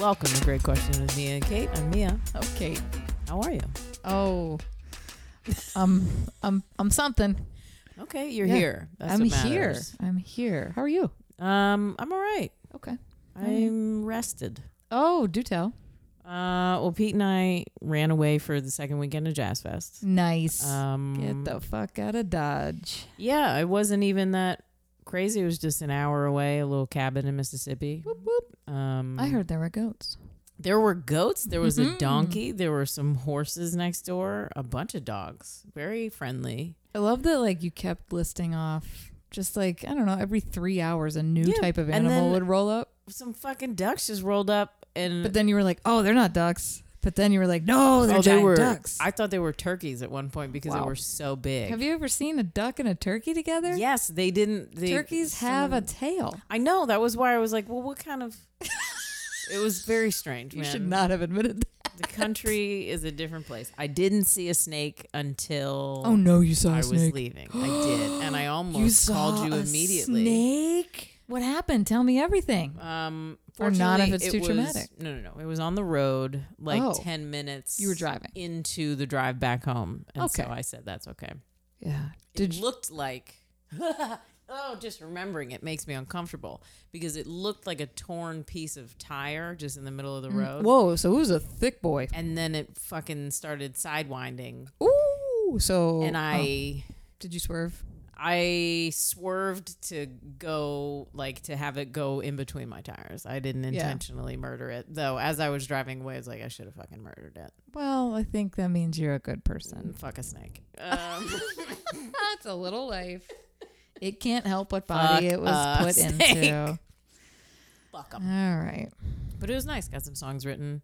Welcome to Great Question with Mia and Kate. I'm Mia. Okay. How are you? Oh. Um I'm I'm something. Okay, you're Yeah. here. That's I'm what here. matters. I'm here. How are you? Um, I'm all right. Okay. I'm rested. Oh, do tell. Uh, well, Pete and I ran away for the second weekend of Jazz Fest. Nice. Um, Get the fuck out of Dodge. yeah, it wasn't even that crazy. It was just an hour away, a little cabin in Mississippi. Whoop whoop. Um, I heard there were goats. there were goats. There was a Mhm. donkey. There were some horses next door. A bunch of dogs. Very friendly. I love that like you kept listing off just like, I don't know, every three hours a new Yeah, type of and animal then- would roll up. Some fucking ducks just rolled up and But then you were like, Oh, they're not ducks. But then you Oh, were like, No, they're giant were, ducks. I thought Oh, they were turkeys at one point because they Wow. were so big. Have you ever seen a duck and a turkey together? Yes, they didn't. They, Turkeys have a someone- tail. I know that was why I was like, well, what kind of? it was very strange. You man. should not have admitted that. The country is a different place. I didn't see a snake until Oh no, you saw I a was snake. leaving. I did, and I almost you saw called you a immediately. Snake? What happened? Tell me everything. Um, Or not if fortunately, it's it too was- traumatic. No, no, no. It was on the road, like Oh. ten minutes. You were driving. into the drive back home, and so Okay. I said, "That's okay." Yeah. it Did you, looked like oh just remembering it makes me uncomfortable because it looked like a torn piece of tire just in the middle of Mm, the road whoa? So it was a thick boy. and then it fucking started sidewinding Ooh. So and oh, i did you swerve? i swerved to go like to have it go in between my tires i didn't intentionally murder it though as i was driving away i was like i should have fucking murdered it Well, I think that means you're a good person. and fuck a snake um, That's a little life. It can't help what body Fuck it was a put snake. into. fuck 'em. All right. but it was nice got some songs written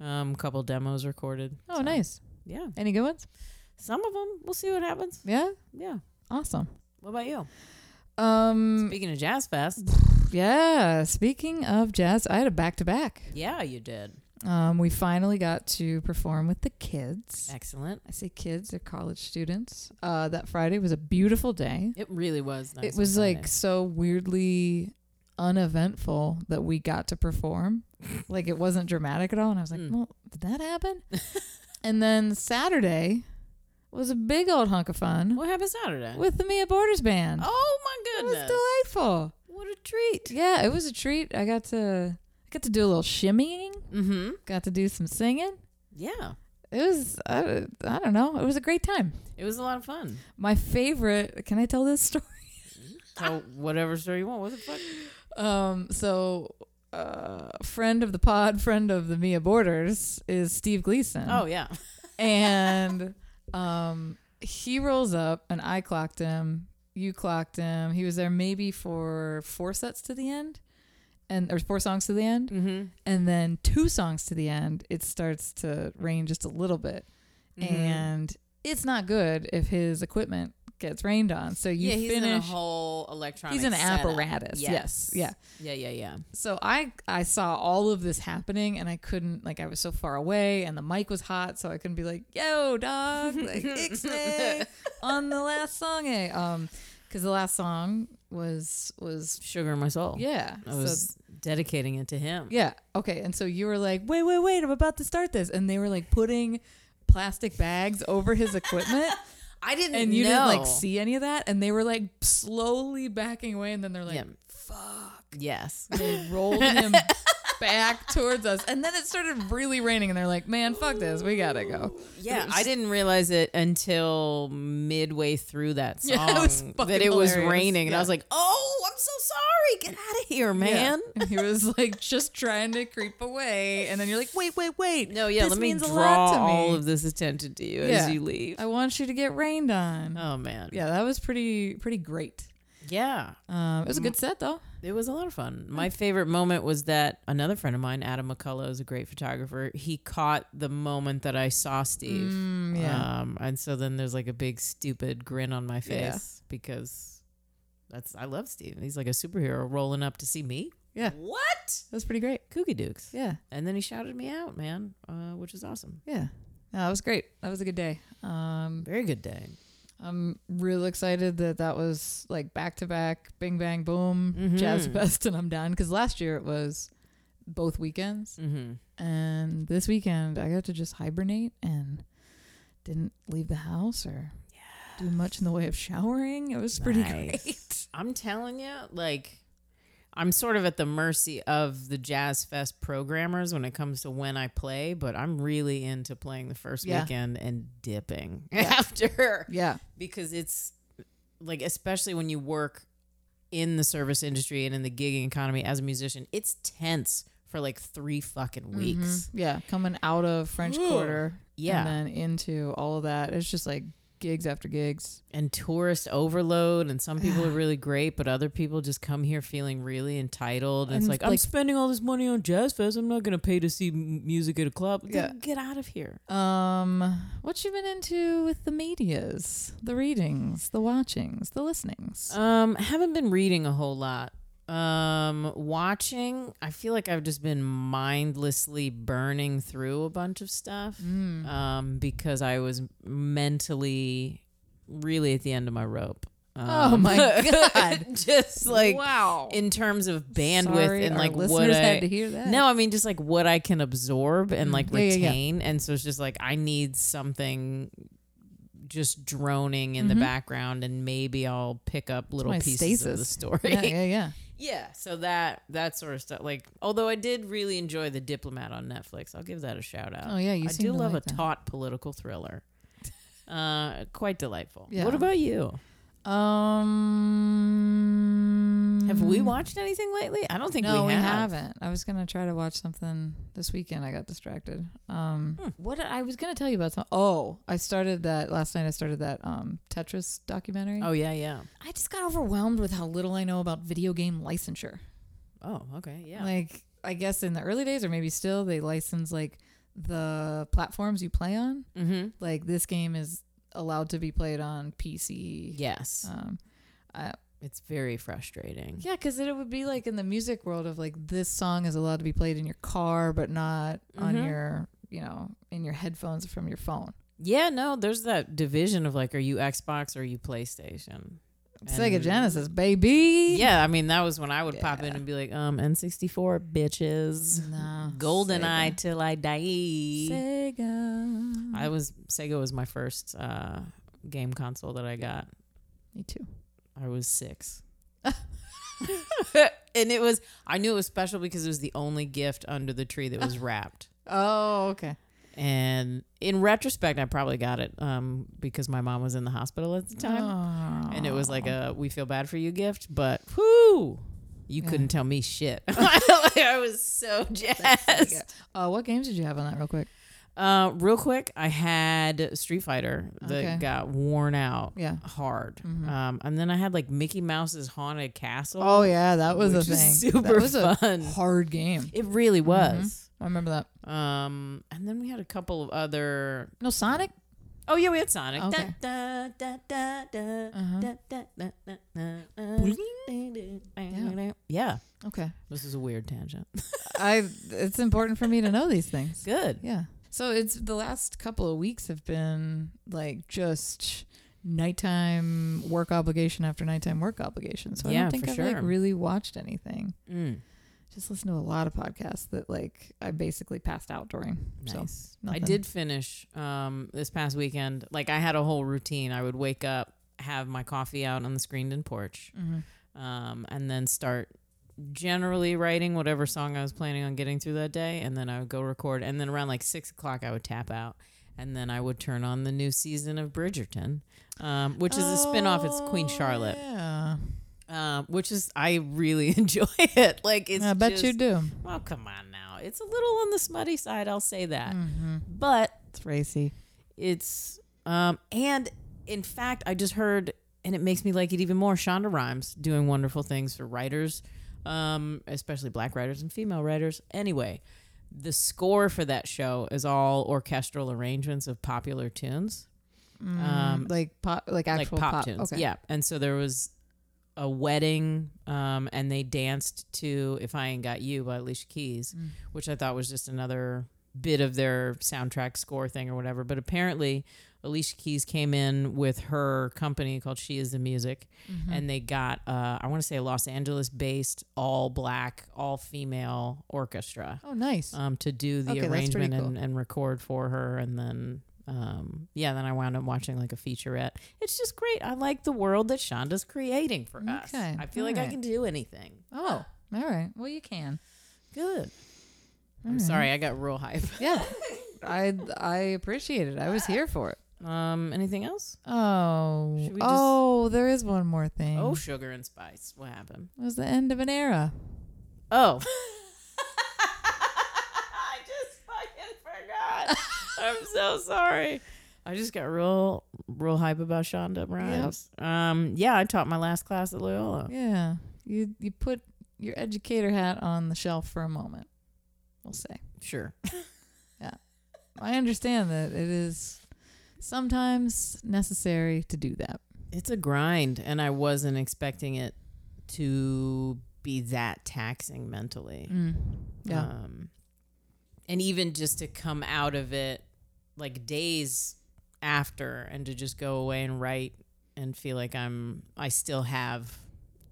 um couple demos recorded Oh, So, nice. yeah Any good ones? Some of them. We'll see what happens. Yeah. Yeah. Awesome. What about you? Um. Speaking of Jazz Fest. Yeah. Speaking of jazz, I had a back to back. Yeah, you did. Um. We finally got to perform with the kids. Excellent. I say kids, they're college students. Uh, that Friday was a beautiful day. It really was nice. it was on like Friday. so weirdly uneventful that we got to perform. like it wasn't dramatic at all. And I was like, Mm. well, did that happen? and then Saturday was a big old hunk of fun What happened Saturday? with the Mia Borders Band. oh my it was goodness. delightful. what a treat. Yeah, it was a treat. I got to I got to do a little shimmying, Mm-hmm. got to do some singing. Yeah. It was I, I don't know. It was a great time. It was a lot of fun. My favorite. Can I tell this story? So whatever story you want. What the fuck? Um, so uh friend of the pod, friend of the Mia Borders is Steve Gleason. Oh yeah. And um he rolls up and I clocked him. You clocked him. He was there maybe for four sets to the end. And or four songs to the end. Mm-hmm. And then two songs to the end, it starts to rain just a little bit. Mm-hmm. And it's not good if his equipment gets rained on. So you yeah, he's finish in a whole electronic. He's an setup. apparatus. Yes. Yeah. Yeah. Yeah. Yeah. so I I saw all of this happening and I couldn't like I was so far away and the mic was hot so I couldn't be like yo dog like ixnay on the last song eh um because the last song was was Sugar in my soul. yeah I was dedicating it to him. yeah. Okay. And so you were like, wait, wait, wait, I'm about to start this. And they were like putting plastic bags over his equipment. I didn't and you didn't know. like see any of that. And they were like slowly backing away. And then they're like, Yeah. fuck. Yes. They rolled him back towards us. And then it started really raining. And they're like, man, fuck this. We got to go. Yeah, it was I didn't realize it until midway through that song Yeah, it was fucking that it was hilarious. raining, and I Yeah. was like, "Oh, I'm so sorry. Get out of here, man." Yeah. And he was like just trying to creep away. And then you're like, wait, wait, wait. No, yeah, This let me means a draw lot to all me. of this attention to you Yeah. as you leave. I want you to get rained on. Oh man, Yeah, that was pretty pretty great. yeah, Um, it was a Mm. good set though. it was a lot of fun. Mm. My favorite moment was that another friend of mine, Adam McCullough, is a great photographer. He caught the moment that I saw Steve, Mm, yeah. um, and so then there's like a big stupid grin on my Yeah. face because that's I love Steve. He's like a superhero rolling up to see me. Yeah. What? That was pretty great. Kooky Dukes. Yeah, And then he shouted me out, man, uh, which is awesome. yeah. No, that was great. That was a good day. Um, Very good day. I'm real excited that that was like back to back, bing bang boom, jazz Mhm. fest, and I'm done. Because last year it was both weekends. Mm-hmm. And this weekend, I got to just hibernate and didn't leave the house or do much in the way of showering. It was pretty Nice. great. I'm telling you, like, I'm sort of at the mercy of the Jazz Fest programmers when it comes to when I play, but I'm really into playing the first Yeah. weekend and dipping after Yeah. because it's like, especially when you work in the service industry and in the gigging economy as a musician, it's tense for like three fucking weeks. Mhm. Yeah. Coming out of French Ooh. Quarter. Yeah. And then into all of that. It's just like gigs after gigs. and tourist overload and some people are really great but other people just come here feeling really entitled and, it's And, like, i'm like- spending all this money on jazz fest i'm not gonna pay to see m- music at a club Then Yeah. get out of here Um, what you been into with the medias, the readings, the watchings, the listenings? um I haven't been reading a whole lot um watching i feel like i've just been mindlessly burning through a bunch of stuff Mm. um because i was mentally really at the end of my rope Oh Um, my God. just like wow. in terms of bandwidth Sorry, and our like what listeners had to I hear that. Mm. no, I mean just like what I can absorb and like Yeah, yeah, yeah. retain, and so it's just like I need something just droning in Mhm. the background, and maybe I'll pick up little my pieces of the stasis. story. Yeah, yeah, yeah. Yeah, so that that sort of stuff. Like, although I did really enjoy the Diplomat on Netflix, I'll give that a shout out. Oh yeah, you I seem do to love like a that. taut political thriller. Uh, quite delightful. Yeah. What about you? Um, Have we watched anything lately? I don't think no, we, we, have. haven't. I was gonna try to watch something this weekend. I got distracted. Um, Hmm. what did- I was gonna tell you about some. Oh, I started that last night. I started that um Tetris documentary. Oh yeah, yeah. I just got overwhelmed with how little I know about video game licensure. Oh, okay, yeah. Like, I guess in the early days, or maybe still, they license like the platforms you play on. mm-hmm. Like, this game is allowed to be played on PC. Yes. Um, I, it's very frustrating. yeah, because it would be like in the music world of like this song is allowed to be played in your car, but not on Mhm. your, you know, in your headphones from your phone. Yeah, no, there's that division of like, are you Xbox or are you PlayStation? Sega And- Genesis, baby. Yeah, I mean, that was when I would pop in Yeah. and be like, um, N64, bitches. No, Golden Eye Mm-hmm. Sega. till I die. Sega. I was, Sega was my first uh, game console that I got. Me too. I was six. and it was, I knew it was special because it was the only gift under the tree that was wrapped. Oh, okay. And in retrospect, I probably got it um, because my mom was in the hospital at the time. And it was like a we feel bad for you gift, but whoo, you Yeah. couldn't tell me shit. I was so jazzed. Uh, what games did you have on that, real quick? Uh, real quick, I had Street Fighter that Okay. got worn out Yeah. hard. Um, and then I had like Mickey Mouse's Haunted Castle. Oh yeah, that was Which a is thing. super that was fun. a hard game. It really was. I remember that. Um, and then we had a couple of other No Sonic. Oh yeah, we had Sonic. Okay. Da, da, da, da, Uh-huh. da, da, da, da, da, da. Yeah. Okay. This is a weird tangent. I. It's important for me to know these things. Good. Yeah. So it's the last couple of weeks have been like just nighttime work obligation after nighttime work obligation. So I Yeah, don't think for I've like sure. really watched anything. Mm, Just listened to a lot of podcasts that like I basically passed out during. So nice. I nothing. did finish um, this past weekend. Like I had a whole routine. I would wake up, have my coffee out on the screened-in porch, Mhm. um, and then start generally writing whatever song I was planning on getting through that day, and then I would go record. And then around like six o'clock, I would tap out, and then I would turn on the new season of Bridgerton, um, which is a spin-off. It's Queen Oh, Charlotte, Yeah. um, which is I really enjoy it. Like it's I bet just, you do. Well, come on now. It's a little on the smutty side, I'll say that. Mm-hmm. But It's racy. it's um and in fact, I just heard and it makes me like it even more Shonda Rhimes doing wonderful things for writers, um especially black writers and female writers. Anyway, the score for that show is all orchestral arrangements of popular tunes. Um, Mm, like pop, like actual like pop, tunes. Okay. Yeah. And so there was a wedding, um, Mm. and they danced to If I Ain't Got You by Alicia Keys, which I thought was just another bit of their soundtrack score thing or whatever. But apparently, Alicia Keys came in with her company called She Is the Music, Mm-hmm. and they got uh, I want to say a Los Angeles based all black all female orchestra Oh, nice. um, to do the Okay, that's pretty arrangement and, cool. and record for her and then um, yeah then i wound up watching like a featurette it's just great i like the world that shonda's creating for us Okay, i feel all like i right. can do anything oh, all right. Well, you can. good i'm sorry i got real hype Yeah. I I appreciate it. I was here for it. um anything else Oh. Should we just- Oh, there is one more thing. oh sugar and spice what happened It was the end of an era. oh i just fucking forgot i'm so sorry I just got real, real hype about Shonda Rhimes. Um, yeah, I taught my last class at Loyola. Yeah. You you put your educator hat on the shelf for a moment. We'll say. Sure. I understand that it is sometimes necessary to do that. It's a grind, and I wasn't expecting it to be that taxing mentally. Mm. Yeah. Um, and even just to come out of it like days after and to just go away and write and feel like I'm, I still have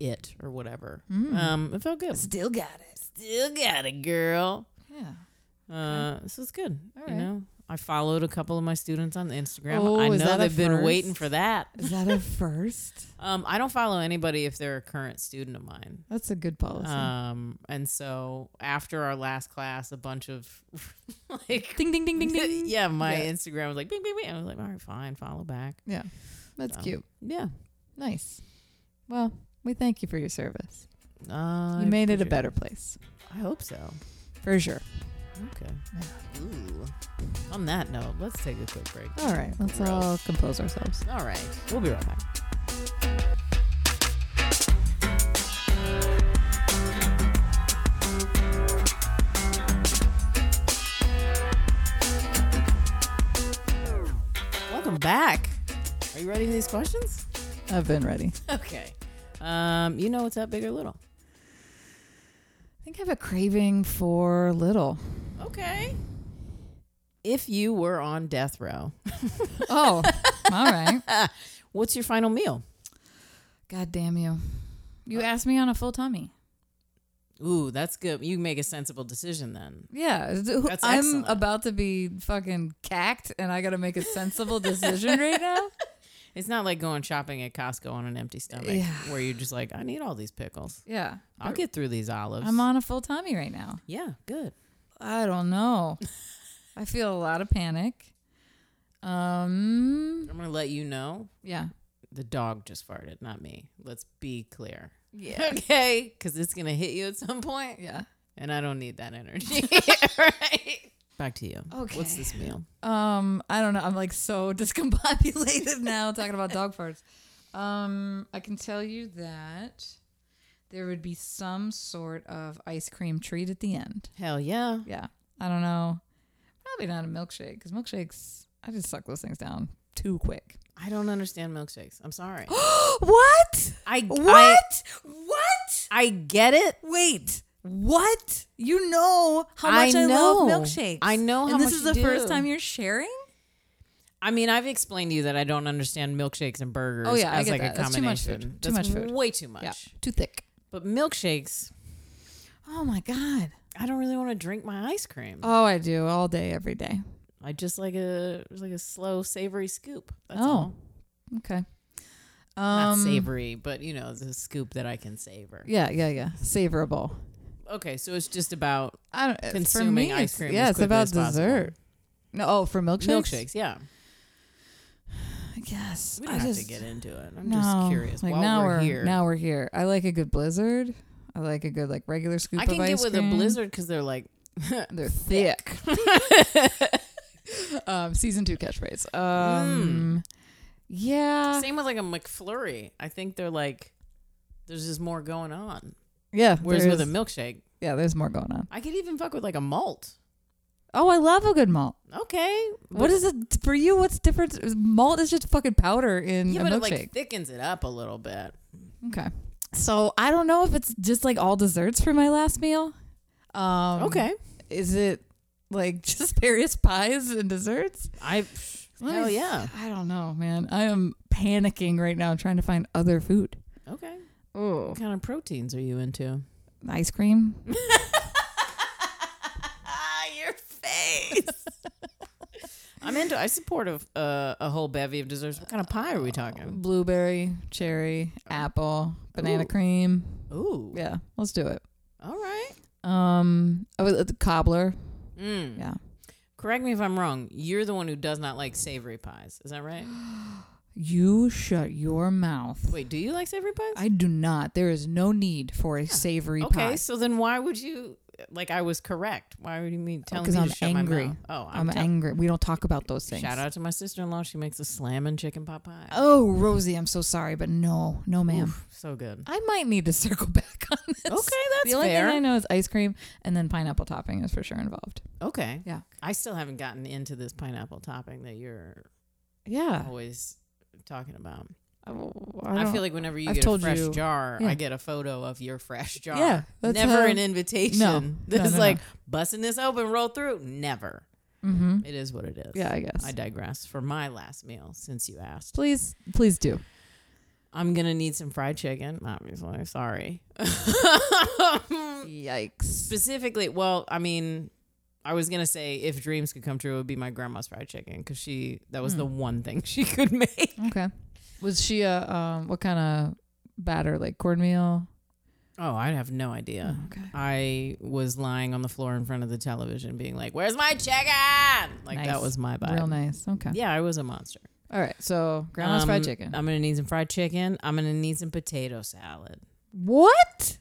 it or whatever. Mm. Um, it felt good. Hmm. Still got it. Still got it, girl. Yeah. Uh, so it's good. All You right. know, I followed a couple of my students on Instagram. Oh, I is know that a they've been first? waiting for that. Is that a first? Um, I don't follow anybody if they're a current student of mine. That's a good policy. Um, and so after our last class, a bunch of like, ding ding ding ding ding. yeah, my Yeah. Instagram was like, bing, bing, bing. I was like, all right, fine, follow back. Yeah. That's So. cute. Yeah. Nice. Well, we thank you for your service. Uh, you made it a appreciate better place. I hope so. For sure. Okay. Ooh. On that note, let's take a quick break. All right. Let's Gross. all compose ourselves. All right. We'll be right back. Welcome back. Are you ready for these questions? I've been ready. Okay. Um, you know what's up, big or little? I think I have a craving for little. Okay. If you were on death row, Oh, all right. what's your final meal? God damn you. You asked me on a full tummy. Ooh, that's good. You make a sensible decision then. Yeah, That's I'm excellent. about to be fucking cacked, and I got to make a sensible decision right now. It's not like going shopping at Costco on an empty stomach Yeah. where you're just like, I need all these pickles. Yeah, I'll get through these olives. I'm on a full tummy right now. yeah, good. I don't know. I feel a lot of panic. Um. I'm going to let you know Yeah. the dog just farted, not me. Let's be clear. Yeah. Okay? Because it's going to hit you at some point, Yeah. and I don't need that energy. right? Back to you. What's Okay. this meal? Um. I don't know. I'm like so discombobulated now talking about dog farts. Um. I can tell you that there would be some sort of ice cream treat at the end. Hell yeah. Yeah. I don't know. Probably not a milkshake because milkshakes, I just suck those things down too quick. I don't understand milkshakes. I'm sorry. what? I, I, What? what? I get it. Wait. What? You know how I much I, know. love milkshakes. I know how and much this is you the first do. time you're sharing? I mean, I've explained to you that I don't understand milkshakes and burgers Oh, yeah, I as get like that. a That's too much combination. food. Too That's much food. way too much. Yeah. Too thick. But milkshakes, Oh my God. I don't really want to drink my ice cream. Oh, I do all day, every day. I just like a like a slow savory scoop. That's Oh, all. Okay. Um, Not savory, but you know, the scoop that I can savor. Yeah, yeah, yeah. Savorable. Okay, so it's just about I don't, for Consuming me, ice it's- cream Yeah, as it's quickly about as possible. dessert. No, oh, for milkshakes. milkshakes. Yeah, I guess. we don't I have just, to get into it. I'm just no. curious. Like While now we're, here, now we're here. I like a good blizzard. I like a good like regular scoop. I can of get ice with cream. a blizzard because they're like, They're thick. um, season two catchphrase. Um, yeah, Hmm. same with like a McFlurry. I think they're like, there's just more going on. yeah. Whereas there with a is- milkshake, yeah, there's more going on. I could even fuck with like a malt. Oh, I love a good malt. Okay, What is it for you? What's different? Malt is just fucking powder in yeah, a but it milkshake. like thickens it up a little bit. Okay. So I don't know if it's just like all desserts for my last meal. Um, Okay, Is it like just various pies and desserts. I Let me hell s- yeah. I don't know, man. I am panicking right now trying to find other food. Okay. Oh, What kind of proteins are you into? ice cream. Your face. I'm into. I support a, uh, a whole bevy of desserts. What kind of pie are we talking? Blueberry, cherry, apple, banana Ooh. cream. Ooh. Yeah, let's do it. All right. Um, I would, the cobbler. Mm. Yeah. Correct me if I'm wrong. You're the one who does not like savory pies. Is that right? You shut your mouth. Wait, do you like savory pies? I do not. There is no need for a savory okay, pie. so then why would you? Like I was correct. Why would you mean telling me Oh, 'cause to I'm shut angry. my mouth? Oh, I'm, I'm, telling. angry. We don't talk about those things. Shout out to my sister-in-law. She makes a slamming chicken pot pie. Oh, Rosie, I'm so sorry, but no, no, ma'am. Oof, so good. I might need to circle back on Okay, this. that's the only fair. thing I know is ice cream, and then pineapple topping is for sure involved. Okay. Yeah. I still haven't gotten into this pineapple topping that you're Yeah, always talking about. I, I, don't- feel like whenever you I've get told a fresh you- jar, yeah. I get a photo of your fresh jar. Yeah, that's never how- an invitation. No, This no, is no, like busting this open, roll through. Never. Mhm. It is what it is. Yeah, I guess. I digress. For my last meal, since you asked, please, please do. I'm gonna need some fried chicken. Obviously, sorry. Yikes. Specifically, well, I mean, I was gonna say if dreams could come true, it would be my grandma's fried chicken because she that was Hmm. the one thing she could make. Okay. Was she a um? What kind of batter? Like cornmeal? Oh, I have no idea. Okay. Hmm. I was lying on the floor in front of the television, being like, "Where's my chicken?" Like Nice. that was my vibe. Real nice. Okay. Yeah, I was a monster. All right. So grandma's fried Um, chicken. I'm gonna need some fried chicken. I'm gonna need some potato salad. What?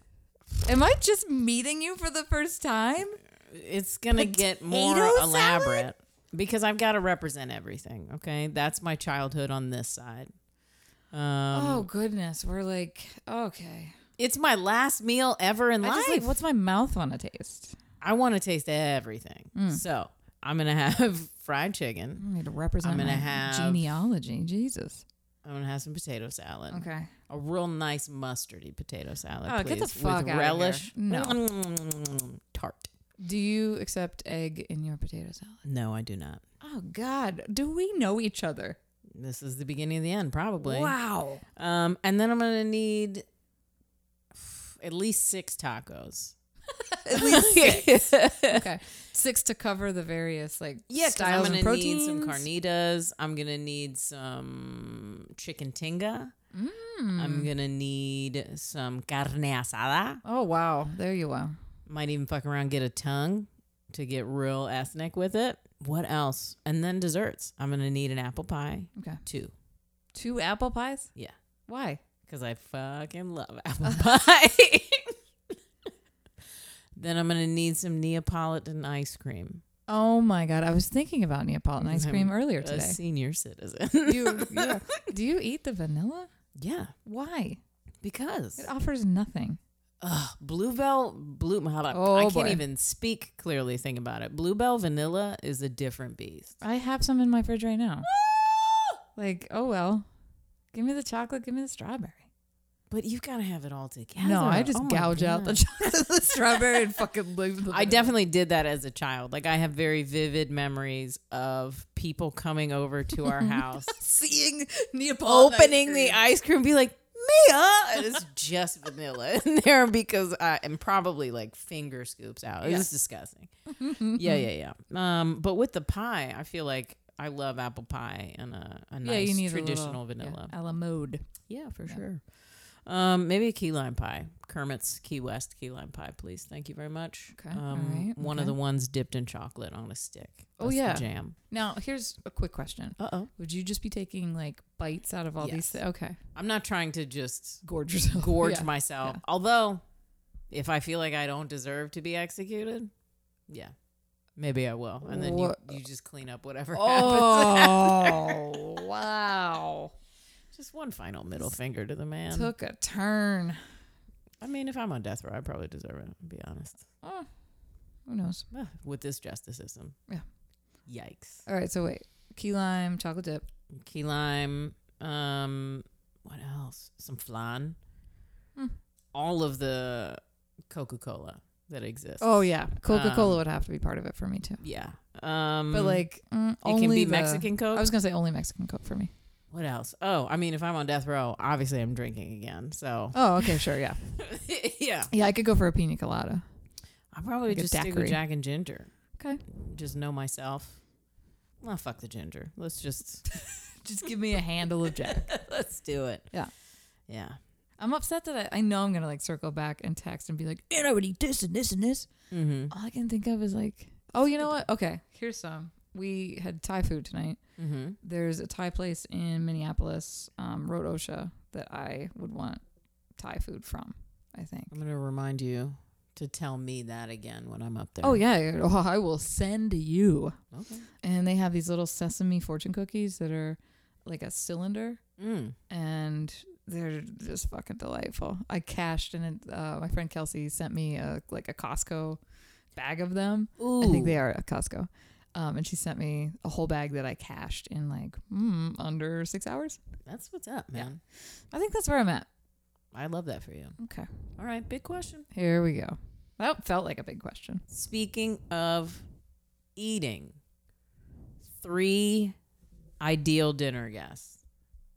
Am I just meeting you for the first time? It's gonna get more Potato salad? elaborate because I've got to represent everything. Okay, that's my childhood on this side. Um, oh goodness, we're like okay. it's my last meal ever in I life. just like what's my mouth want to taste? I want to taste everything, Hmm. so I'm gonna have fried chicken. I need to represent. I'm gonna my have- genealogy. Jesus. I'm gonna have some potato salad. Okay. a real nice mustardy potato salad. Oh, please, get the fuck with outta relish. here. No. Tart. Do you accept egg in your potato salad? No, I do not. Oh God, do we know each other? This is the beginning of the end, probably. Wow. Um, and then I'm gonna need at least six tacos. At least six. okay, six to cover the various like Yeah, 'cause I'm styles gonna and need proteins. some carnitas. I'm gonna need some chicken tinga. Mm. I'm gonna need some carne asada. Oh wow, there you are. Might even fuck around get a tongue to get real ethnic with it. What else? And then desserts. I'm gonna need an apple pie Okay, too. two apple pies. Yeah. Why? Because I fucking love apple pie. then I'm going to need some Neapolitan ice cream. Oh my god, I was thinking about Neapolitan ice cream I'm earlier A today. senior citizen. You, yeah. Do you eat the vanilla? yeah, Why? because It offers nothing. ugh, Bluebell, blue, hold on. Oh, I can't boy. even speak clearly, think about it. Bluebell vanilla is a different beast. I have some in my fridge right now. Like, oh well. Give me the chocolate, give me the strawberry. But you've got to have it all together. no, I just Oh my gouge out the God. chocolate and the strawberry and fucking leave the I definitely did that as a child. Like I have very vivid memories of people coming over to our house seeing Neapolitan. opening the ice cream, be like, Mia, and it's just vanilla in there because I am probably like finger scoops out. It was disgusting. yeah, yeah, yeah. Um, but with the pie, I feel like I love apple pie and a, a nice yeah, you need a traditional little, vanilla. Yeah, a la mode. Yeah, for sure. Um, maybe a key lime pie. Kermit's Key West key lime pie, please. Thank you very much. Okay, all Um, right, One of okay. the ones dipped in chocolate on a stick. Oh, That's the yeah. jam. Now, here's a quick question. Uh oh. Would you just be taking like bites out of all these? Yes. Th- okay, I'm not trying to just gorge yourself. gorge Yeah. myself. yeah. Although, if I feel like I don't deserve to be executed, yeah, maybe I will. And then you, Wha- you just clean up whatever happens. Oh wow! Just one final middle finger to the man. Took a turn. I mean, if I'm on death row, I probably deserve it, to be honest. Oh, who knows? Ugh, With this justice system. Yeah. Yikes. All right, so wait. Key lime, chocolate dip. Key lime. Um, what else? Some flan. Hmm. All of the Coca Cola. that exists. Oh yeah, Coca Cola Um, would have to be part of it for me too. yeah. Um, But like, mm, it can only be the- Mexican Coke. I was gonna say only Mexican Coke for me. what else? Oh, I mean, if I'm on death row, obviously I'm drinking again. So Oh, okay, sure, yeah, yeah, yeah. I could go for a pina colada. I probably Like a just stick with daiquiri. Jack and Ginger. Okay. Just know myself. Well, fuck the ginger. Let's just Just give me a handle of Jack. let's do it. Yeah. Yeah. I'm upset that I, I know I'm gonna like circle back and text and be like, and I would eat this and this and this. Mm-hmm. All I can think of is like, oh, you know what? Okay, here's some. We had Thai food tonight. Mm-hmm. There's a Thai place in Minneapolis, um, Road OSHA, that I would want Thai food from. I think. I'm gonna remind you to tell me that again when I'm up there. Oh yeah, oh, I will send you. Okay. And they have these little sesame fortune cookies that are like a cylinder, Mm. and they're just fucking delightful. I cashed and uh, my friend Kelsey sent me a, like a Costco bag of them. Ooh. I think they are at Costco. Um, and she sent me a whole bag that I cashed in like mm, under six hours. That's what's up, Yeah. man. I think that's where I'm at. I love that for you. Okay. All right. Big question. Here we go. That felt like a big question. Speaking of eating, three ideal dinner guests,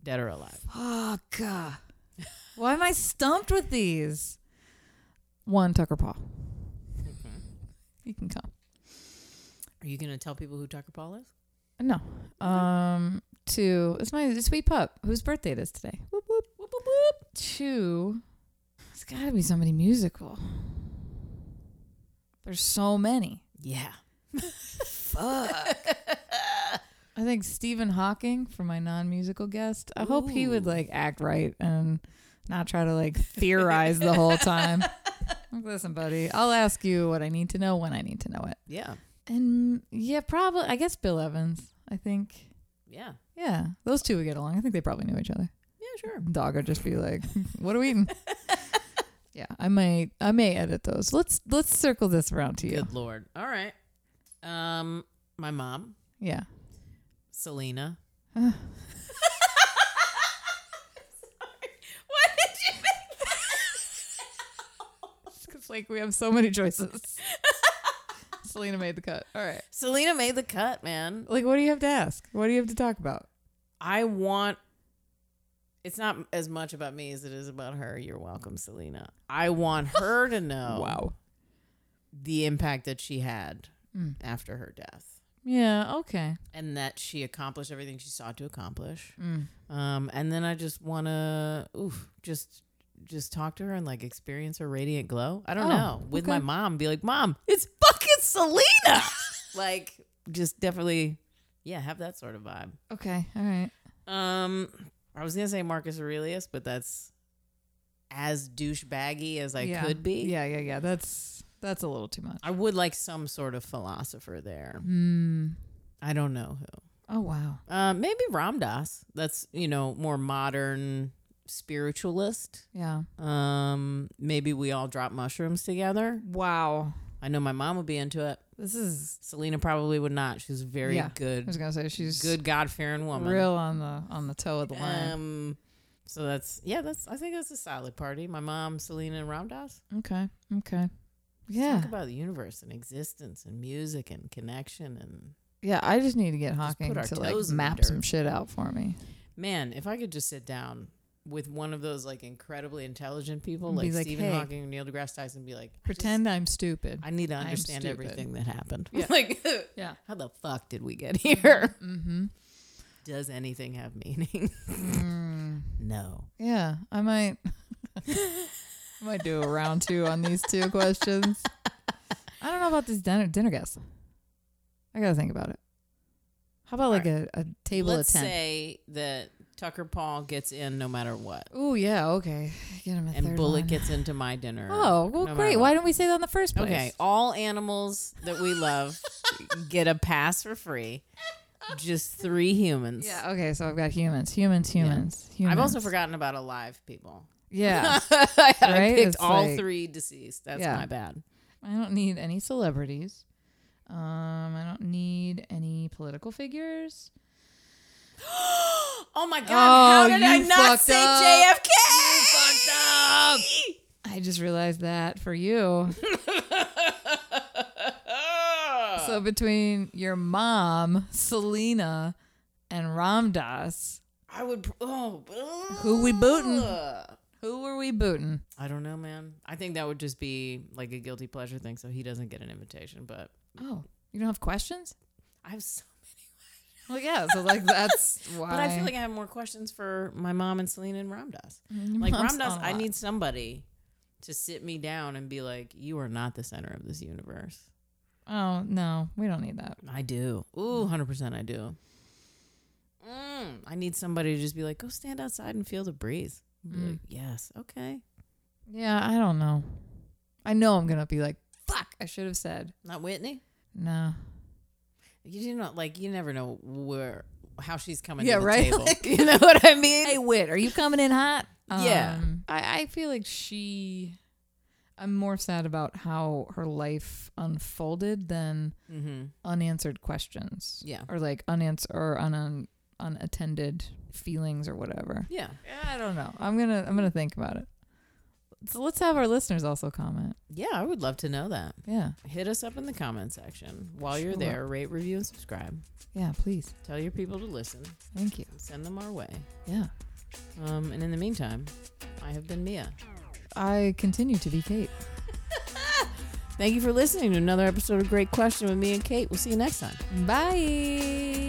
dead or alive. Fuck. Why am I stumped with these? One, Tucker Paul. You can come. Are you gonna tell people who Tucker Paul is? No. Um, two, it's my sweet pup whose birthday it is today. Whoop, whoop, whoop, whoop, whoop. Two, it's got to be somebody musical. There's so many. Yeah. Fuck. I think Stephen Hawking for my non-musical guest. I hope he would Ooh. like act right and not try to like theorize the whole time. Like, Listen, buddy, I'll ask you what I need to know when I need to know it. Yeah. And yeah, probably I guess Bill Evans. I think Yeah. yeah, those two would get along. I think they probably knew each other. Yeah. Sure. Dog would just be like, "What are we eating?" yeah, I might I may edit those. Let's let's circle this around to you. Good lord. All right. Um, my mom, Yeah. Selena. Uh. Because like we have so many choices. Selena made the cut. All right. Selena made the cut, man. Like, what do you have to ask? What do you have to talk about? I want. It's not as much about me as it is about her. You're welcome, Selena. I want her to know the impact that she had Mm. after her death Yeah. Okay. and that she accomplished everything she sought to accomplish. Mm. Um, and then I just want to, oof, just just talk to her and like experience her radiant glow. I don't Oh, know. With my okay. mom, be like, Mom, it's fucking Selena. like, just definitely, yeah, have that sort of vibe. Okay. All right. Um, I was gonna say Marcus Aurelius, but that's as douchebaggy as I Yeah. could be. Yeah. Yeah. Yeah. That's that's a little too much. I would like some sort of philosopher there. Mm. I don't know who. Oh wow. Uh, maybe Ram Dass. That's you know more modern spiritualist. Yeah. Um, maybe we all drop mushrooms together. Wow. I know my mom would be into it. This is. Selena probably would not. She's a very Yeah. I good, was gonna say she's good God fearing woman. real on the on the toe of the line. Um, so that's yeah. That's I think that's a solid party. My mom, Selena, and Ram Dass. okay. Okay. Talk Yeah. about the universe and existence and music and connection and Yeah. I just need to get Just put Hawking our to like toes in the map dirt. some shit out for me. man, if I could just sit down with one of those like incredibly intelligent people And be like, like, Stephen "Hey." Hawking and Neil deGrasse Tyson, be like, I just- Pretend I'm stupid. I need to I'm understand stupid. everything that happened. Yeah. like, Yeah. how the fuck did we get here? Mm-hmm. Does anything have meaning? no. Mm. Yeah, I might. I might do a round two on these two questions. I don't know about this dinner dinner guest. I gotta think about it. How about like a, a table Let's of ten? say that Tucker Paul gets in no matter what, oh yeah, okay. Get him a and third Bullet one. gets into my dinner. Oh well, no matter great. what. Why didn't we say that in the first place? Okay, all animals that we love get a pass for free. Just three humans. Yeah. Okay. So I've got humans, humans, humans, humans. I've also forgotten about alive people. Yeah. I Right? picked It's all like- three deceased. That's Yeah. my bad. I don't need any celebrities. Um, I don't need any political figures. Oh my God, how Oh, did I you not fucked say Oh, up. JFK? You fucked up. I I just realized that for you. so between your mom, Selena, and Ramdas, I would. pr- Oh, ugh. Who we bootin'? who were we booting? I don't know, man. I think that would just be like a guilty pleasure thing, so he doesn't get an invitation. But Oh, you don't have questions? I have, so, Well, yeah. So like that's why. but I feel like I have more questions for my mom and Selena and Ramdas. Your Like mom's Ramdas, on a I lot. need somebody to sit me down and be like, "You are not the center of this universe." Oh no, we don't need that. I do. Ooh, 100% I do. Mm, I need somebody to just be like, go stand outside and feel the breeze. Be Mm. like, yes, okay. Yeah, I don't know. I know I'm gonna be like, fuck. I should have said Not Whitney. no. You do not like, you never know where, how she's coming Yeah, to the right? table. Like- you know what I mean? Hey, Wit, are you coming in hot? Yeah. Um, I, I feel like she. I'm more sad about how her life unfolded than mm-hmm. unanswered questions Yeah. or like unanswered or un- un- unattended feelings or whatever. Yeah. I don't know. I'm gonna I'm gonna think about it. So let's have our listeners also comment. Yeah, I would love to know that. Yeah, Hit us up in the comment section. While you're Sure. there, rate, review, and subscribe. yeah, please. Tell your people to listen. Thank you. Send them our way. Yeah, Um, and in the meantime, I have been Mia. I continue to be Kate. Thank you for listening to another episode of Great Question with me and Kate. We'll see you next time. Bye.